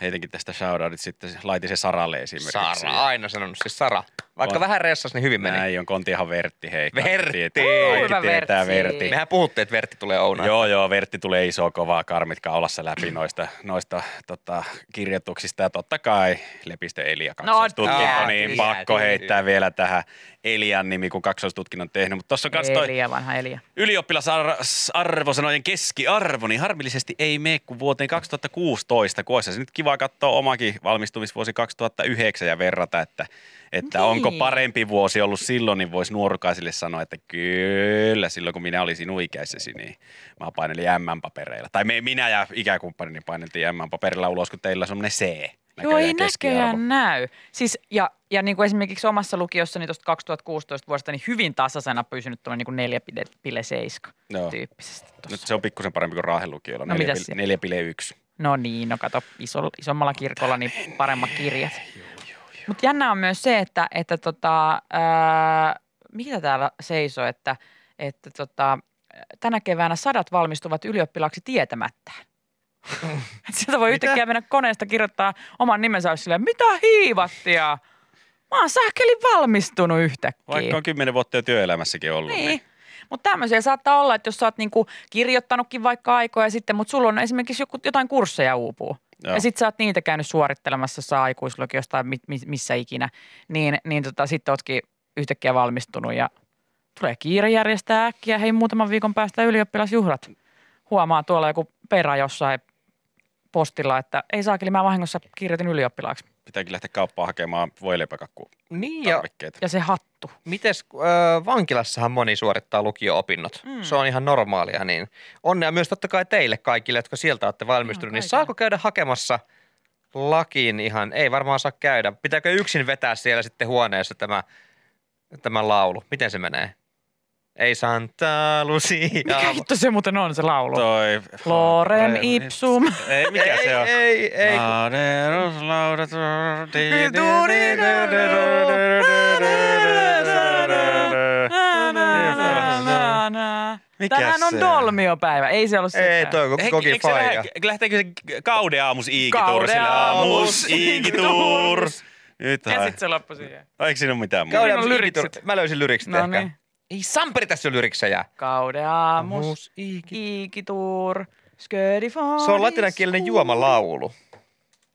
[SPEAKER 4] heitinkin tästä shoutoutit sitten, laitin se Saralle esimerkiksi.
[SPEAKER 5] Sara, aina sanonut, siis Sara. Vaikka
[SPEAKER 4] On.
[SPEAKER 5] vähän ressas, niin hyvin meni.
[SPEAKER 4] Näin on, kontiahan Vertti, hei. kaikki
[SPEAKER 5] Vertti!
[SPEAKER 4] tietää-
[SPEAKER 5] Uu,
[SPEAKER 4] Kaikki
[SPEAKER 3] hyvä
[SPEAKER 4] tietää
[SPEAKER 3] Vertsi.
[SPEAKER 4] Vertti.
[SPEAKER 5] Mehän puhuttiin, että Vertti tulee Ouna.
[SPEAKER 4] Joo, joo, Vertti tulee iso kovaa karmit kaulassa läpi noista, noista tota, kirjoituksista. Ja totta kai Lepistö Elia kaksoistutkinto,
[SPEAKER 5] jää,
[SPEAKER 4] no, niin
[SPEAKER 5] jää,
[SPEAKER 4] pakko
[SPEAKER 5] jää.
[SPEAKER 4] heittää vielä tähän Elian nimi, kun kaksoistutkinnon on tehnyt. Mutta tuossa on kans toi
[SPEAKER 3] Elia, vanha Elia.
[SPEAKER 4] ylioppilasarvosanojen keskiarvo, niin harmillisesti ei mene kuin vuoteen 2016, kun olisi se nyt kiva katsoa omakin valmistumisvuosi 2009 ja verrata, että, että
[SPEAKER 3] Niin.
[SPEAKER 4] onko parempi vuosi ollut silloin, niin voisi nuorukaisille sanoa, että kyllä, silloin kun minä olin sinun ikäisesi, niin mä painelin M-papereilla. Tai me, minä ja ikäkumppanini paineltiin M-paperilla ulos, kun teillä on semmoinen C.
[SPEAKER 3] Joo, ei
[SPEAKER 4] näköjään keskiarvo.
[SPEAKER 3] näköjään näy. Siis, ja, ja niin kuin esimerkiksi omassa lukiossani tuosta 2016 vuodesta, niin hyvin tasaisena pysynyt tuollainen niin kuin 4,7
[SPEAKER 4] Joo.
[SPEAKER 3] tyyppisesti
[SPEAKER 4] Nyt
[SPEAKER 3] tuossa.
[SPEAKER 4] se on pikkusen parempi kuin Raahen lukiolla,
[SPEAKER 3] No, mitäs siellä?
[SPEAKER 4] 4,1.
[SPEAKER 3] No niin, no kato, iso, isommalla kirkolla niin paremmat kirjat. Mutta jännä on myös se, että, että tota, ää, mitä täällä seisoo, että, että tota, tänä keväänä sadat valmistuvat ylioppilaaksi tietämättään. Et Sieltä voi
[SPEAKER 4] Mitä?
[SPEAKER 3] yhtäkkiä mennä koneesta kirjoittaa oman nimensä olisi silleen, mitä hiivattia? Mä oon sähkelin valmistunut yhtäkkiä.
[SPEAKER 4] Vaikka on kymmenen vuotta jo työelämässäkin ollut, niin
[SPEAKER 3] Niin. Mutta tämmöisiä saattaa olla, että jos sä oot niinku kirjoittanutkin vaikka aikoja sitten, mutta sulla on esimerkiksi joku, jotain kursseja uupuu.
[SPEAKER 4] Joo.
[SPEAKER 3] Ja sitten sä oot niitä käynyt suorittelemassa saa aikuislukiosta tai mi, mi, missä ikinä. Niin, niin tota, sitten ootkin yhtäkkiä valmistunut ja tulee kiire järjestää äkkiä. Hei muutaman viikon päästä ylioppilasjuhlat. Huomaa tuolla joku perä jossain postilla, että ei saakeli, mä vahingossa kirjoitin ylioppilaaksi.
[SPEAKER 4] pitääkin lähteä kauppaan hakemaan voileipäkakku
[SPEAKER 5] Niin ja
[SPEAKER 4] tarvikkeita.
[SPEAKER 3] Ja se hattu.
[SPEAKER 5] mites, ö, vankilassahan moni suorittaa lukio-opinnot.
[SPEAKER 3] Mm.
[SPEAKER 5] Mm. Se on ihan normaalia, niin onnea myös totta kai teille kaikille, jotka sieltä olette valmistunut.
[SPEAKER 3] Ihan
[SPEAKER 5] Niin
[SPEAKER 3] kaikille.
[SPEAKER 5] saako käydä hakemassa lakiin ihan, ei varmaan saa käydä. Pitääkö yksin vetää siellä sitten huoneessa tämä, tämä laulu? Miten se menee? Ei Santa Lucia.
[SPEAKER 3] Mikä hitto se muuten on se laulu?
[SPEAKER 4] Toi...
[SPEAKER 3] Lorem
[SPEAKER 4] niin.
[SPEAKER 3] ipsum.
[SPEAKER 4] Ei, mikä
[SPEAKER 5] ei,
[SPEAKER 4] se on?
[SPEAKER 5] Ei, ei, kun-
[SPEAKER 4] Lauderos, laudetur, di- di- di- di- di- di- di- di- Mikä
[SPEAKER 3] Tänään on
[SPEAKER 4] se?
[SPEAKER 3] dolmiopäivä, ei se ollut sitä.
[SPEAKER 5] ei, toi on
[SPEAKER 4] Eikö-
[SPEAKER 5] koki
[SPEAKER 4] eikö se lähde-
[SPEAKER 5] faija.
[SPEAKER 4] Lähteekö se kauden aamus iikitur?
[SPEAKER 3] Kauden
[SPEAKER 4] Sillä
[SPEAKER 3] aamus,
[SPEAKER 4] aamus
[SPEAKER 3] iikitur.
[SPEAKER 4] iikitur. Nyt
[SPEAKER 3] Ja
[SPEAKER 4] hae.
[SPEAKER 3] sitten se loppui siihen.
[SPEAKER 4] Eikö siinä ole mitään muuta?
[SPEAKER 5] Käydään
[SPEAKER 3] on lyriksit.
[SPEAKER 5] ikitur- Mä löysin lyriksit
[SPEAKER 3] No
[SPEAKER 5] ehkä.
[SPEAKER 3] niin.
[SPEAKER 5] Ei Samperi tässä on lyriksejä.
[SPEAKER 3] Kauden aamus,
[SPEAKER 5] Aamus, iikitur.
[SPEAKER 3] iikitur, sködifonis.
[SPEAKER 5] Se on latinankielinen juomalaulu.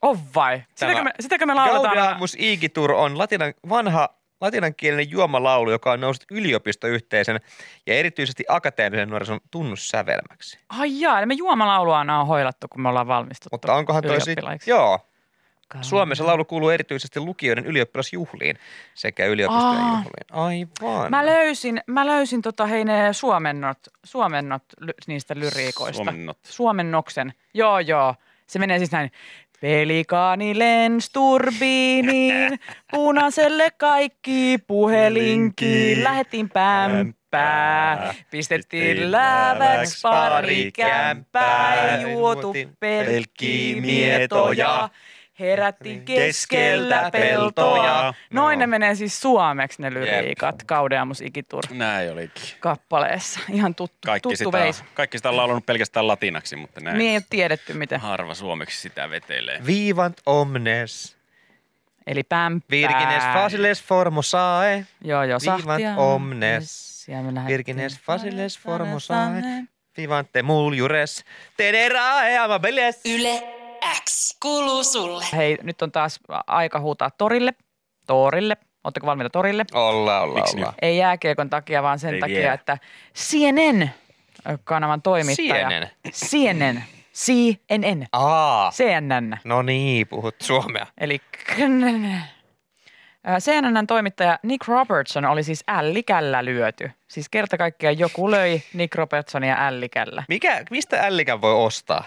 [SPEAKER 3] On vai? Sitäkö
[SPEAKER 5] Tämä-
[SPEAKER 3] me, sitäkö me lauletaan? aina?
[SPEAKER 5] Gaudeamus Igitur on latinan, vanha latinankielinen juomalaulu, joka on noussut yliopistoyhteisön ja erityisesti akateemisen nuorison tunnussävelmäksi.
[SPEAKER 3] Ai jaa, eli me juomalaulua aina on hoilattu, kun me ollaan valmistuttu
[SPEAKER 5] Mutta onkohan toi sit-
[SPEAKER 3] ylioppilaiksi. Ah.
[SPEAKER 5] Joo.
[SPEAKER 3] Kauan.
[SPEAKER 5] Suomessa laulu kuuluu erityisesti lukijoiden ylioppilasjuhliin sekä yliopistojen
[SPEAKER 3] Aa.
[SPEAKER 5] juhliin. Aivan.
[SPEAKER 3] Ah. Mä löysin, mä löysin tota, hei ne suomennot, suomennot ly, niistä lyriikoista.
[SPEAKER 4] Suomennot.
[SPEAKER 3] Suomennoksen. Joo, joo. Se menee siis näin. Pelikaani lens turbiiniin, punaiselle kaikki puhelinkiin. Lähettiin pämppää, pistettiin
[SPEAKER 4] Pistettiin
[SPEAKER 3] läväksi
[SPEAKER 5] läväksi
[SPEAKER 3] pari
[SPEAKER 5] pari
[SPEAKER 3] kämppää,
[SPEAKER 5] kämppää.
[SPEAKER 3] juotu pelkkiä mietoja. Herättiin keskellä
[SPEAKER 5] keskellä
[SPEAKER 3] peltoja.
[SPEAKER 5] peltoja.
[SPEAKER 3] Noin
[SPEAKER 5] No.
[SPEAKER 3] ne menee siis suomeksi ne lyriikat Kaudeamus Igitur
[SPEAKER 4] Näin olikin.
[SPEAKER 3] kappaleessa. Ihan tuttu,
[SPEAKER 4] Kaikki
[SPEAKER 3] tuttu
[SPEAKER 4] sitä,
[SPEAKER 3] veis.
[SPEAKER 4] kaikki sitä on laulunut pelkästään latinaksi, mutta näin.
[SPEAKER 3] Niin ei ole tiedetty miten.
[SPEAKER 4] Harva suomeksi sitä vetelee.
[SPEAKER 5] Viivant omnes,
[SPEAKER 3] Eli pämppää.
[SPEAKER 5] virgines faciles formosae,
[SPEAKER 3] Joo, joo,
[SPEAKER 5] Viivan
[SPEAKER 3] sahtia.
[SPEAKER 5] omnes.
[SPEAKER 3] Ja me lähdettiin-
[SPEAKER 5] virgines faciles formosae, vivante muljures, tenerae amabeles.
[SPEAKER 2] Yle X kuuluu sulle.
[SPEAKER 3] Hei, nyt on taas aika huutaa torille. Torille. Oletteko valmiita torille?
[SPEAKER 5] Olla, olla,
[SPEAKER 4] Miksi
[SPEAKER 5] olla.
[SPEAKER 3] Ei jääkiekon takia, vaan sen
[SPEAKER 4] Ei
[SPEAKER 3] takia,
[SPEAKER 4] vielä.
[SPEAKER 3] että CNN-kanavan toimittaja.
[SPEAKER 5] CNN.
[SPEAKER 3] CNN. CNN.
[SPEAKER 5] Aa,
[SPEAKER 3] CNN.
[SPEAKER 5] no niin, puhut suomea.
[SPEAKER 3] Eli knn. Ää, CNNn toimittaja Nick Robertson oli siis ällikällä lyöty. Siis kerta kaikkiaan joku löi Nick Robertsonia ällikällä.
[SPEAKER 5] Mikä, mistä ällikän voi ostaa?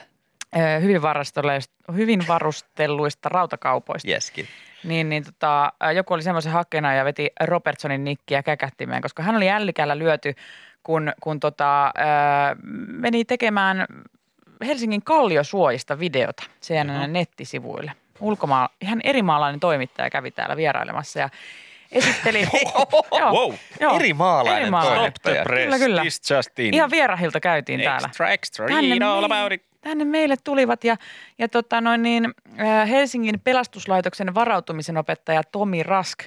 [SPEAKER 3] Ää, Hyvin, varastelluista- hyvin varustelluista rautakaupoista.
[SPEAKER 5] Jeskin.
[SPEAKER 3] Niin, niin tota, ää, joku oli semmoisen hakkena ja veti Robertsonin nikkiä käkähtimeen, koska hän oli ällikällä lyöty, kun, kun tota, ää, meni tekemään Helsingin kalliosuojista videota CNN nettisivuille. Ulkomaan, ihan eri maalainen toimittaja kävi täällä vierailemassa ja esitteli... Joo,
[SPEAKER 4] Wow.
[SPEAKER 3] joo.
[SPEAKER 5] Eri maalainen
[SPEAKER 3] Eri maalainen.
[SPEAKER 4] Stop
[SPEAKER 5] toimittaja.
[SPEAKER 4] the press.
[SPEAKER 3] Kyllä, kyllä.
[SPEAKER 4] This just in.
[SPEAKER 3] Ihan vierahilta käytiin täällä.
[SPEAKER 4] Extra, extra,
[SPEAKER 3] Tänne
[SPEAKER 4] read all
[SPEAKER 3] mei-
[SPEAKER 4] about it.
[SPEAKER 3] Tänne meille tulivat ja, ja tota noin niin, äh, Helsingin pelastuslaitoksen varautumisen opettaja Tomi Rask.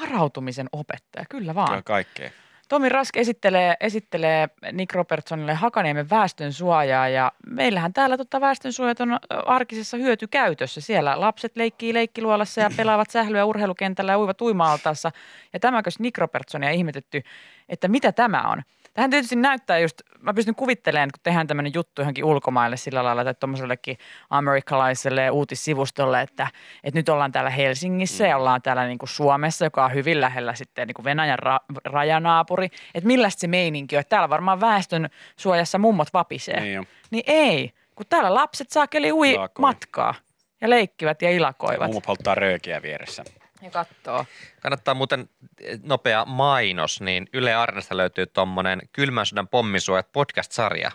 [SPEAKER 3] Varautumisen opettaja, kyllä vaan.
[SPEAKER 4] Kyllä kaikkea.
[SPEAKER 3] Tomi Rask esittelee, esittelee Nick Robertsonille Hakaniemen väestön suojaa ja meillähän täällä tota väestönsuojat on ö, arkisessa hyötykäytössä. Siellä lapset leikkii leikkiluolassa ja pelaavat sählyä urheilukentällä ja uivat uima-altaassa. Ja tämäkös Nick Robertsonia ihmetetty, että mitä tämä on? Tähän tietysti näyttää just, mä pystyn kuvittelemaan, kun tehdään tämmöinen juttu johonkin ulkomaille sillä lailla tai tuommoisellekin amerikkalaiselle uutissivustolle, että, että nyt ollaan täällä Helsingissä
[SPEAKER 4] Mm.
[SPEAKER 3] ja ollaan täällä niin kuin Suomessa, joka on hyvin lähellä sitten niin kuin Venäjän ra- rajanaapuri. Että millaista se meininki on, että täällä varmaan väestön suojassa mummot vapisee.
[SPEAKER 4] Niin on.
[SPEAKER 3] niin ei, kun täällä lapset saakeli ui
[SPEAKER 4] Ilakoi.
[SPEAKER 3] matkaa ja leikkivät ja ilakoivat
[SPEAKER 4] Mummo polttaa röökiä vieressä.
[SPEAKER 3] ja kattoo.
[SPEAKER 5] Kannattaa muuten eh, nopea mainos, niin Yle Arnesta löytyy tuommoinen Kylmän sodan pommisuojat podcast-sarja,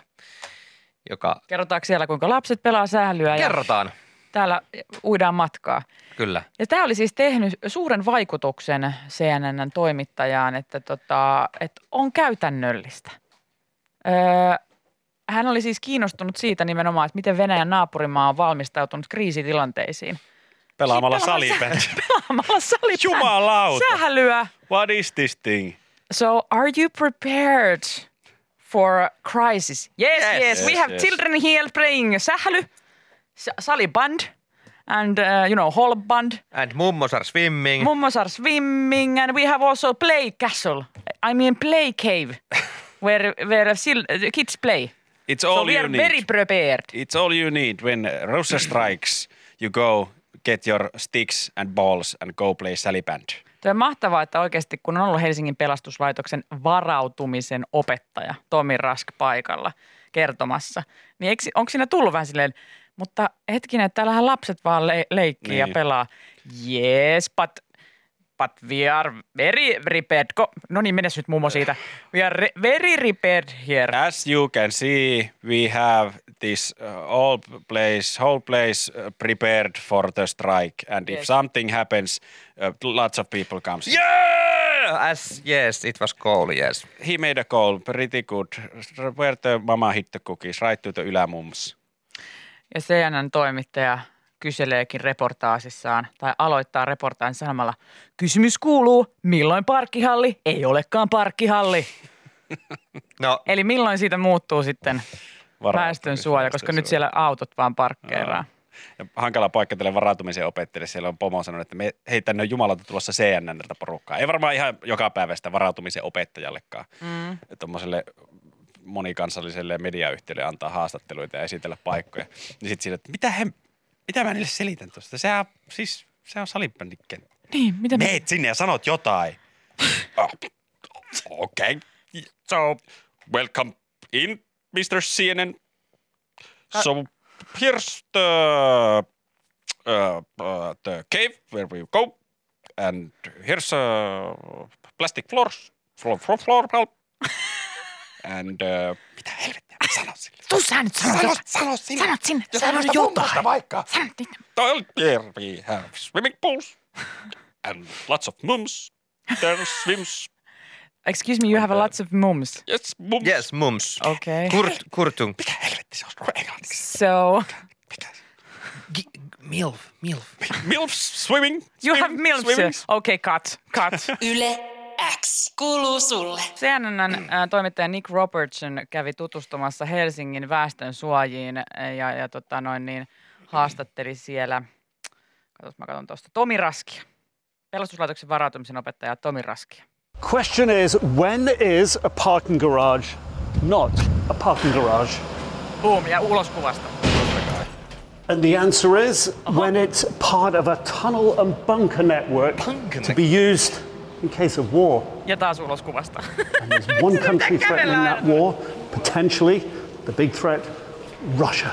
[SPEAKER 5] joka
[SPEAKER 3] Kerrotaanko siellä, kuinka lapset pelaa sählyä ja
[SPEAKER 5] kerrotaan.
[SPEAKER 3] täällä uidaan matkaa.
[SPEAKER 5] Kyllä.
[SPEAKER 3] Ja tämä oli siis tehnyt suuren vaikutuksen CNNn toimittajaan, että, tota, että on käytännöllistä. Öö, hän oli siis kiinnostunut siitä nimenomaan, että miten Venäjän naapurimaa on valmistautunut kriisitilanteisiin.
[SPEAKER 4] Pelaamalla
[SPEAKER 3] Siis pelaamalla
[SPEAKER 4] salipeliä.
[SPEAKER 3] Pelaamalla salipään
[SPEAKER 4] Jumalauta.
[SPEAKER 3] sählyä.
[SPEAKER 4] What is this thing?
[SPEAKER 3] So are you prepared for a crisis? Yes, yes,
[SPEAKER 5] Yes.
[SPEAKER 3] we
[SPEAKER 4] Yes,
[SPEAKER 3] have
[SPEAKER 4] yes.
[SPEAKER 3] children here playing sähly, sa- saliband and uh, you know, holband.
[SPEAKER 5] And mummos are
[SPEAKER 4] Niin.
[SPEAKER 5] swimming.
[SPEAKER 3] Mummos are swimming and we have also play castle. I mean play cave where, where sil- uh, kids play.
[SPEAKER 4] It's
[SPEAKER 3] So
[SPEAKER 4] all
[SPEAKER 3] we
[SPEAKER 4] you
[SPEAKER 3] are very
[SPEAKER 4] need.
[SPEAKER 3] prepared.
[SPEAKER 4] It's all you need when Russia strikes. You go get your sticks and balls and go play saliband.
[SPEAKER 3] Tuo on mahtavaa, että oikeasti kun on ollut Helsingin pelastuslaitoksen varautumisen opettaja Tomi Rask paikalla kertomassa, niin eikö, onko siinä tullut vähän silleen, mutta hetkinen, että täällähän lapset vaan le- leikkii niin. ja
[SPEAKER 4] Niin.
[SPEAKER 3] pelaa. Yes, but, but we are very prepared. Ko- no niin, menes nyt mummo siitä. We are re- very prepared here.
[SPEAKER 4] As you can see, we have this uh, all place, whole place uh, prepared for the strike. And if
[SPEAKER 3] Yes.
[SPEAKER 4] something happens, uh, lots of people comes. in.
[SPEAKER 5] Yeah! As, yes, it was cool, yes.
[SPEAKER 4] He made a goal, pretty good. Where the mama hit the cookies, right to the ylämums.
[SPEAKER 3] Ja CNN toimittaja kyseleekin reportaasissaan tai aloittaa reportaasin sanomalla, kysymys kuuluu, milloin parkkihalli ei olekaan parkkihalli.
[SPEAKER 5] No,
[SPEAKER 3] Eli milloin siitä muuttuu sitten
[SPEAKER 4] Varautumisen
[SPEAKER 3] väestön suoja, koska nyt siellä autot vaan parkkeeraa.
[SPEAKER 4] Ja hankala paikka tälle varautumisen opettajalle. Siellä on pomo sanonut, että me, hei tänne on jumalalta tulossa CNNltä porukkaa. Ei varmaan ihan joka päivä sitä varautumisen opettajallekaan.
[SPEAKER 3] Mm.
[SPEAKER 4] Tuommoiselle monikansalliselle mediayhtiölle antaa haastatteluita ja esitellä paikkoja. Niin sitten siinä, että mitä, he, mitä mä niille selitän tuosta? Sehän, siis, sehän on salibändikkeen
[SPEAKER 3] Niin, mitä me...
[SPEAKER 4] Meet sinne ja sanot jotain. Ah, Okei. Okay. So, welcome in, Mr. CNN.
[SPEAKER 3] Uh,
[SPEAKER 4] So, here's the, uh, uh, the cave where we go. And here's uh, plastic floors. Floor, floor, floor, floor. And uh, mitä helvettiä mä sanon sille?
[SPEAKER 3] Tuu sä nyt sanot
[SPEAKER 4] Sano,
[SPEAKER 3] jotain.
[SPEAKER 4] sano sinne.
[SPEAKER 3] Sanot sinne.
[SPEAKER 4] Ja
[SPEAKER 3] Sano
[SPEAKER 4] sano sitä
[SPEAKER 3] jotain.
[SPEAKER 4] jotain. vaikka.
[SPEAKER 3] Sano nyt niitä.
[SPEAKER 4] Well, here we have swimming pools and lots of mums. There swims,
[SPEAKER 3] Excuse me, you have a lots of mums.
[SPEAKER 4] yes, mums.
[SPEAKER 5] Yes, mums.
[SPEAKER 3] Okay.
[SPEAKER 5] Kurt, kurtung.
[SPEAKER 4] Mitä helvetti se on englanniksi?
[SPEAKER 3] So,
[SPEAKER 4] Mitä?
[SPEAKER 5] Milf, milf.
[SPEAKER 4] Milfs swimming.
[SPEAKER 3] you
[SPEAKER 4] swim,
[SPEAKER 3] have milfs.
[SPEAKER 4] swimming.
[SPEAKER 3] Okay, cut. Cut.
[SPEAKER 2] Yle X kuuluu sulle.
[SPEAKER 3] CNN äh, toimittaja Nick Robertson kävi tutustumassa Helsingin väestön suojiin äh, ja, ja tota noin niin, haastatteli siellä, katsos, mä katson tuosta, Tomi Raskia. Pelastuslaitoksen varautumisen opettaja Tomi Raskia.
[SPEAKER 1] Question is when is a parking garage not a parking garage?
[SPEAKER 3] Boom, ja ulos kuvasta.
[SPEAKER 1] And the answer is when it's part of a tunnel and bunker network
[SPEAKER 5] Bunker
[SPEAKER 1] to be used in case of war.
[SPEAKER 3] Ja taas ulos kuvasta.
[SPEAKER 1] There's one country
[SPEAKER 3] Mitä
[SPEAKER 1] threatening
[SPEAKER 3] kävellään?
[SPEAKER 1] that war, potentially the big threat Russia.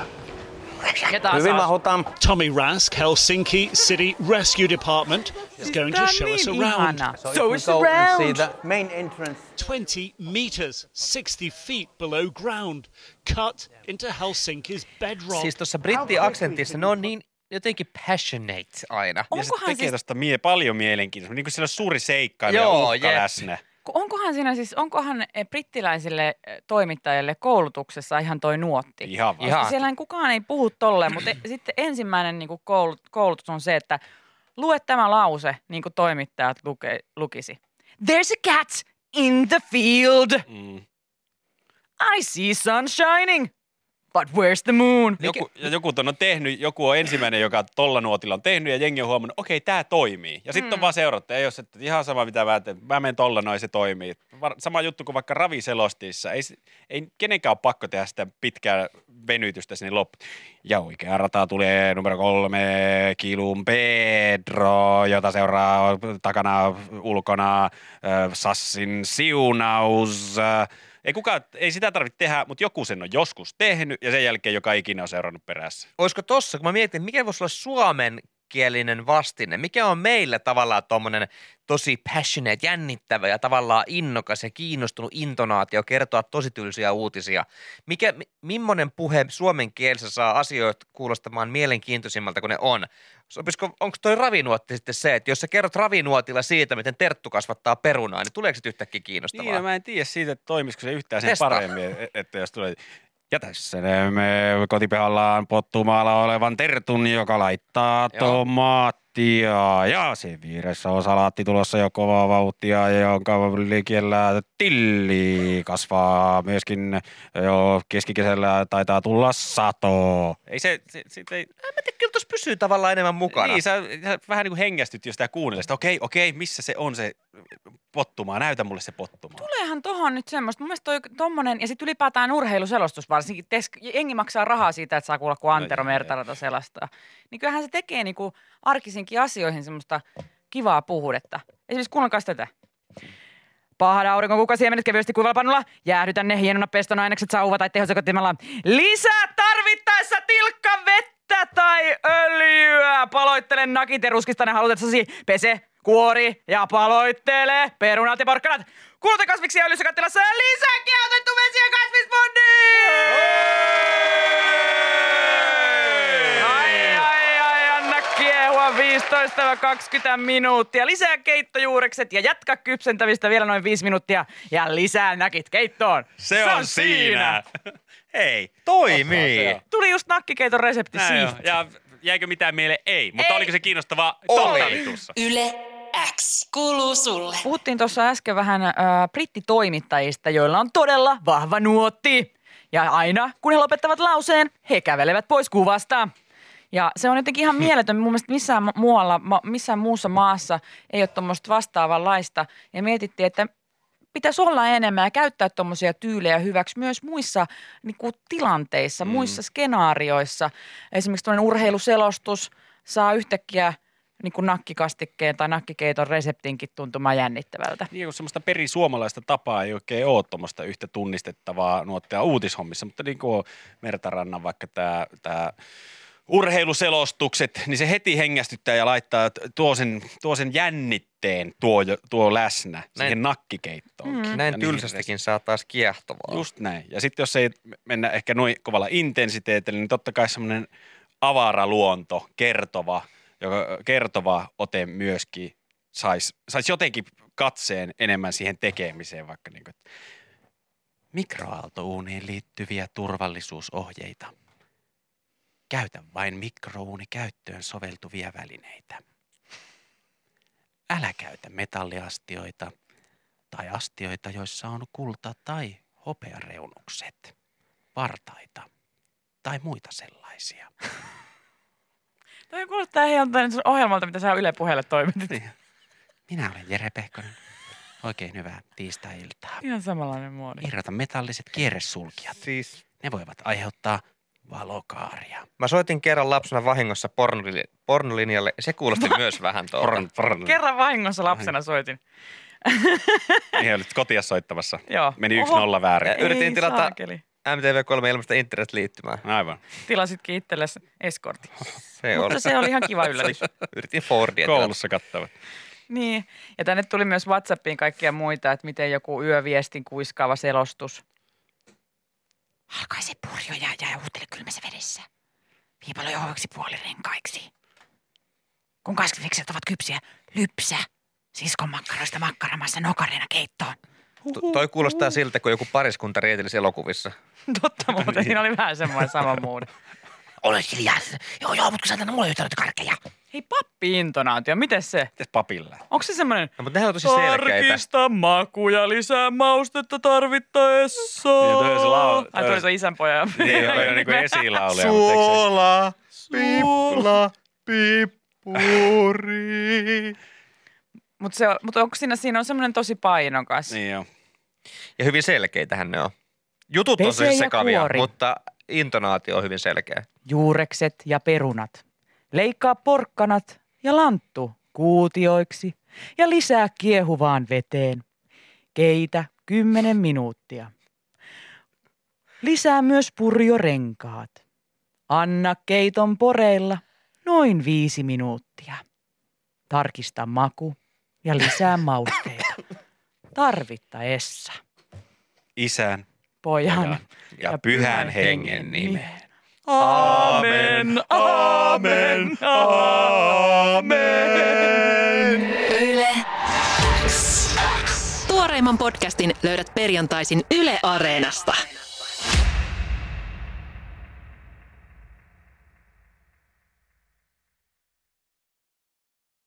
[SPEAKER 3] ja taas
[SPEAKER 5] Hyvin
[SPEAKER 3] aus-
[SPEAKER 5] mahutaan.
[SPEAKER 1] Tommy Rask, Helsinki City Rescue Department, is going
[SPEAKER 3] Tää on niin ihana. So
[SPEAKER 6] we
[SPEAKER 3] it's
[SPEAKER 6] go and see
[SPEAKER 3] around.
[SPEAKER 6] the main entrance
[SPEAKER 1] 20 metres, 60 feet below ground, cut into Helsinki's bedrock.
[SPEAKER 5] Siis tuossa britti-aksentissa ne on niin jotenkin passionate aina.
[SPEAKER 4] Ja se
[SPEAKER 3] Onkohan
[SPEAKER 4] tekee
[SPEAKER 3] siis-
[SPEAKER 4] siis... tosta mie paljon mielenkiintoista. Niin kuin siellä on suuri seikkailu ja
[SPEAKER 5] Joo,
[SPEAKER 4] uhka
[SPEAKER 5] jep.
[SPEAKER 4] läsnä.
[SPEAKER 3] Ku- Onkohan siinä siis, onkohan eh, brittiläisille eh, toimittajille koulutuksessa ihan toi nuotti?
[SPEAKER 4] Ihan vaan.
[SPEAKER 5] Ihan.
[SPEAKER 3] Koska Siellä ei- kukaan ei puhu tolleen, mutta e- sitten ensimmäinen niin kuin koulut, koulutus on se, että lue tämä lause, niin kuin toimittajat luke, lukisi. There's a cat in the field.
[SPEAKER 4] Mm.
[SPEAKER 3] I see sun shining. But where's the moon?
[SPEAKER 4] Joku, ja joku ton on tehnyt, joku on ensimmäinen, joka tolla nuotilla on tehnyt ja jengi on huomannut, okei, tää toimii. Ja sitten on vaan seurattu, ei ole se, että ihan sama mitä mä teen, mä menen tolla noin, se toimii. Var, sama juttu kuin vaikka raviselostissa, ei, se- ei kenenkään ole pakko tehdä sitä pitkää venytystä sinne loppuun. Ja oikea rata tulee numero kolme, Kilun Pedro, jota seuraa takana ulkona äh, Sassin siunaus. Äh, ei, kukaan, ei sitä tarvitse tehdä, mutta joku sen on joskus tehnyt ja sen jälkeen joka ikinä on seurannut perässä.
[SPEAKER 5] Olisiko tossa, kun mä mietin, mikä voisi olla suomen kielinen vastine, mikä on meillä tavallaan tuommoinen tosi passionate, jännittävä ja tavallaan innokas ja kiinnostunut intonaatio kertoa tosi tylsiä uutisia. Mikä, mi- millainen puhe suomen kielessä saa asioita kuulostamaan mielenkiintoisimmalta kuin ne on? Sopisiko, onko toi ravinuotti sitten se, että jos sä kerrot ravinuotilla siitä, miten terttu kasvattaa perunaa, niin tuleeko se yhtäkkiä kiinnostavaa?
[SPEAKER 4] Niin, ja mä en tiedä siitä, että toimisiko se yhtään sen
[SPEAKER 5] Testaa.
[SPEAKER 4] paremmin, e- että jos tulee... Ja tässä näemme kotipihallaan pottumaalla olevan tertun, joka laittaa
[SPEAKER 5] Joo.
[SPEAKER 4] tomaattia. Ja sen vieressä on salaatti tulossa jo kovaa vauhtia, jonka liikellä tilli kasvaa myöskin. Jo keskikesällä taitaa tulla sato. Ei se, se, se ei,
[SPEAKER 5] Mä tiedän, kyllä tuossa pysyy tavallaan enemmän mukana.
[SPEAKER 4] Niin, sä, sä vähän niin kuin hengästyt, jos sitä kuunnelet. Sitä, Okei, okei, missä se on se pottumaa? Näytä mulle se pottumaa.
[SPEAKER 3] Tuleehan tohon nyt semmoista. Mun mielestä toi tommonen, ja sitten ylipäätään urheiluselostus varsinkin. Tes, jengi maksaa rahaa siitä, että saa kuulla, kun Antero
[SPEAKER 4] joo,
[SPEAKER 3] Mertarata selastaa. Niin kyllähän se tekee niinku arkisinkin asioihin semmoista kivaa puhudetta. Esimerkiksi kuunnelkaas tätä. Pahat aurinko kuka siemenet kevyesti kuivalla pannulla. Jäähdytä ne hienona peston ainekset sauva tai tehosekoittimella. Lisää tarvittaessa tilkka vettä tai öljyä. Paloittele nakit ja ruskista ne halutessasi. Pese, kuori ja paloittele perunat ja porkkanat. Kuluta kasviksia öljyssä kattilassa ja lisää kiautettu vesi ja kasvispunniin! Ai, ai, ai, anna kiehua 15-20 minuuttia. Lisää keittojuurekset ja jatka kypsentämistä vielä noin 5 minuuttia. Ja lisää nakit keittoon.
[SPEAKER 4] Hei,
[SPEAKER 5] Toimii.
[SPEAKER 4] Osaa se on.
[SPEAKER 3] Tuli just nakkikeiton resepti
[SPEAKER 4] näin on.
[SPEAKER 3] siitä.
[SPEAKER 4] Ja jäikö mitään mieleen? Ei, mutta
[SPEAKER 3] Ei.
[SPEAKER 4] oliko se kiinnostavaa?
[SPEAKER 5] Oli.
[SPEAKER 4] Totta oli tuossa.
[SPEAKER 2] Yle X kuuluu sulle.
[SPEAKER 3] Puhuttiin tuossa äsken vähän äh, brittitoimittajista, joilla on todella vahva nuotti. Ja aina, kun he lopettavat lauseen, he kävelevät pois kuvasta. Ja se on jotenkin ihan mieletön. Mun mielestä missään, mu- muualla, ma- missään muussa maassa ei ole tuommoista vastaavanlaista. Ja mietittiin, että pitäisi olla enemmän ja käyttää tuommoisia tyylejä hyväksi myös muissa niin kuin tilanteissa, mm. muissa skenaarioissa. Esimerkiksi tuollainen urheiluselostus saa yhtäkkiä niin kuin nakkikastikkeen tai nakkikeiton reseptinkin tuntumaan jännittävältä.
[SPEAKER 4] Niin kun semmoista perisuomalaista tapaa ei oikein ole tuommoista yhtä tunnistettavaa nuottia uutishommissa, mutta niin kuin Mertarannan vaikka tämä, tämä urheiluselostukset, niin se heti hengästyttää ja laittaa että tuo sen, tuo sen jännitteen tuo, jo- tuo läsnä siihen
[SPEAKER 5] Näin-
[SPEAKER 4] nakkikeittoon. Mm.
[SPEAKER 5] Näin tylsästäkin saa taas kiehtovaa.
[SPEAKER 4] Just näin. Ja sitten jos ei mennä ehkä noin kovalla intensiteetillä, niin totta kai semmoinen avaraluonto, kertova, joka kertova ote myöskin saisi sais jotenkin katseen enemmän siihen tekemiseen, vaikka niin kuin, mikroaaltouuniin liittyviä turvallisuusohjeita. Käytä vain mikrouuni käyttöön soveltuvia välineitä. Älä käytä metalliastioita tai astioita, joissa on kulta- tai hopeareunukset, vartaita tai muita sellaisia.
[SPEAKER 3] Tämä kuulostaa ihan joltain ohjelmalta, mitä sä Yle puheelle toimitit.
[SPEAKER 4] Niin. Minä olen Jere Pehkonen. Oikein hyvää tiistai-iltaa.
[SPEAKER 3] Ihan samanlainen muodi.
[SPEAKER 4] Irrota metalliset kierresulkijat.
[SPEAKER 5] Siis
[SPEAKER 4] Ne voivat aiheuttaa valokaaria.
[SPEAKER 5] mä soitin kerran lapsena vahingossa pornoli- pornolinjalle. Se kuulosti myös vähän tuolta.
[SPEAKER 4] porn.
[SPEAKER 3] Kerran vahingossa lapsena soitin.
[SPEAKER 4] Niin, olit kotia soittamassa.
[SPEAKER 3] Joo.
[SPEAKER 4] Meni
[SPEAKER 3] Oho.
[SPEAKER 4] yksi nolla väärin.
[SPEAKER 5] Ei, Yritin
[SPEAKER 3] Ei
[SPEAKER 5] tilata-
[SPEAKER 3] saakeli.
[SPEAKER 5] MTV3 ilmaista internet-liittymää.
[SPEAKER 4] Aivan.
[SPEAKER 3] Tilasitkin itsellesi eskortin.
[SPEAKER 5] Se
[SPEAKER 3] Mutta
[SPEAKER 5] oli.
[SPEAKER 3] se oli ihan kiva yllätys.
[SPEAKER 5] Yritin Fordia tilata.
[SPEAKER 4] Koulussa kattavat.
[SPEAKER 3] Niin. Ja tänne tuli myös WhatsAppiin kaikkia muita, että miten joku yöviestin kuiskaava selostus. Halkaise purjoja ja uutele kylmässä vedessä. Viipalo johoiksi puolirenkaiksi. Kun kasvikset ovat kypsiä, lypsä. Siskon makkaroista makkaramassa nokareena keittoon.
[SPEAKER 5] To- Toi kuulostaa siltä, kun joku pariskunta rietelisi elokuvissa.
[SPEAKER 3] Totta
[SPEAKER 4] Niin.
[SPEAKER 3] muuten, siinä oli vähän semmoinen sama moodi.
[SPEAKER 6] Ole hiljaa. Joo, joo, mutta kun sä tänne mulle yhtä karkeja.
[SPEAKER 3] Hei, pappi-intonaatio, miten se?
[SPEAKER 4] Mites papilla?
[SPEAKER 3] Onko se semmoinen
[SPEAKER 5] No, mutta nehän on tosi selkeitä.
[SPEAKER 3] makuja, lisää maustetta tarvittaessa.
[SPEAKER 4] Niin, toi on se lau-
[SPEAKER 3] Ai toi on se isänpoja.
[SPEAKER 4] Niin, oli niin kuin esilaulija.
[SPEAKER 5] Suola, pipla, pippuri.
[SPEAKER 3] Mutta se, mut onko siinä, siinä on semmoinen tosi painokas.
[SPEAKER 4] Niin joo.
[SPEAKER 5] Ja hyvin selkeitähän ne on. Jutut on
[SPEAKER 3] Pese
[SPEAKER 5] siis
[SPEAKER 3] ja
[SPEAKER 5] sekavia,
[SPEAKER 3] kuori.
[SPEAKER 5] mutta intonaatio on hyvin selkeä.
[SPEAKER 3] Juurekset ja perunat. Leikkaa porkkanat ja lanttu kuutioiksi ja lisää kiehuvaan veteen. Keitä 10 minuuttia. Lisää myös purjorenkaat. Anna keiton poreilla noin viisi minuuttia. Tarkista maku ja lisää mausteita. Tarvittaessa.
[SPEAKER 4] Isän
[SPEAKER 3] Pojan.
[SPEAKER 4] ja, pyhän hengen nimeen.
[SPEAKER 3] Amen, amen, amen.
[SPEAKER 2] Yle X. Tuoreimman podcastin löydät perjantaisin Yle Areenasta.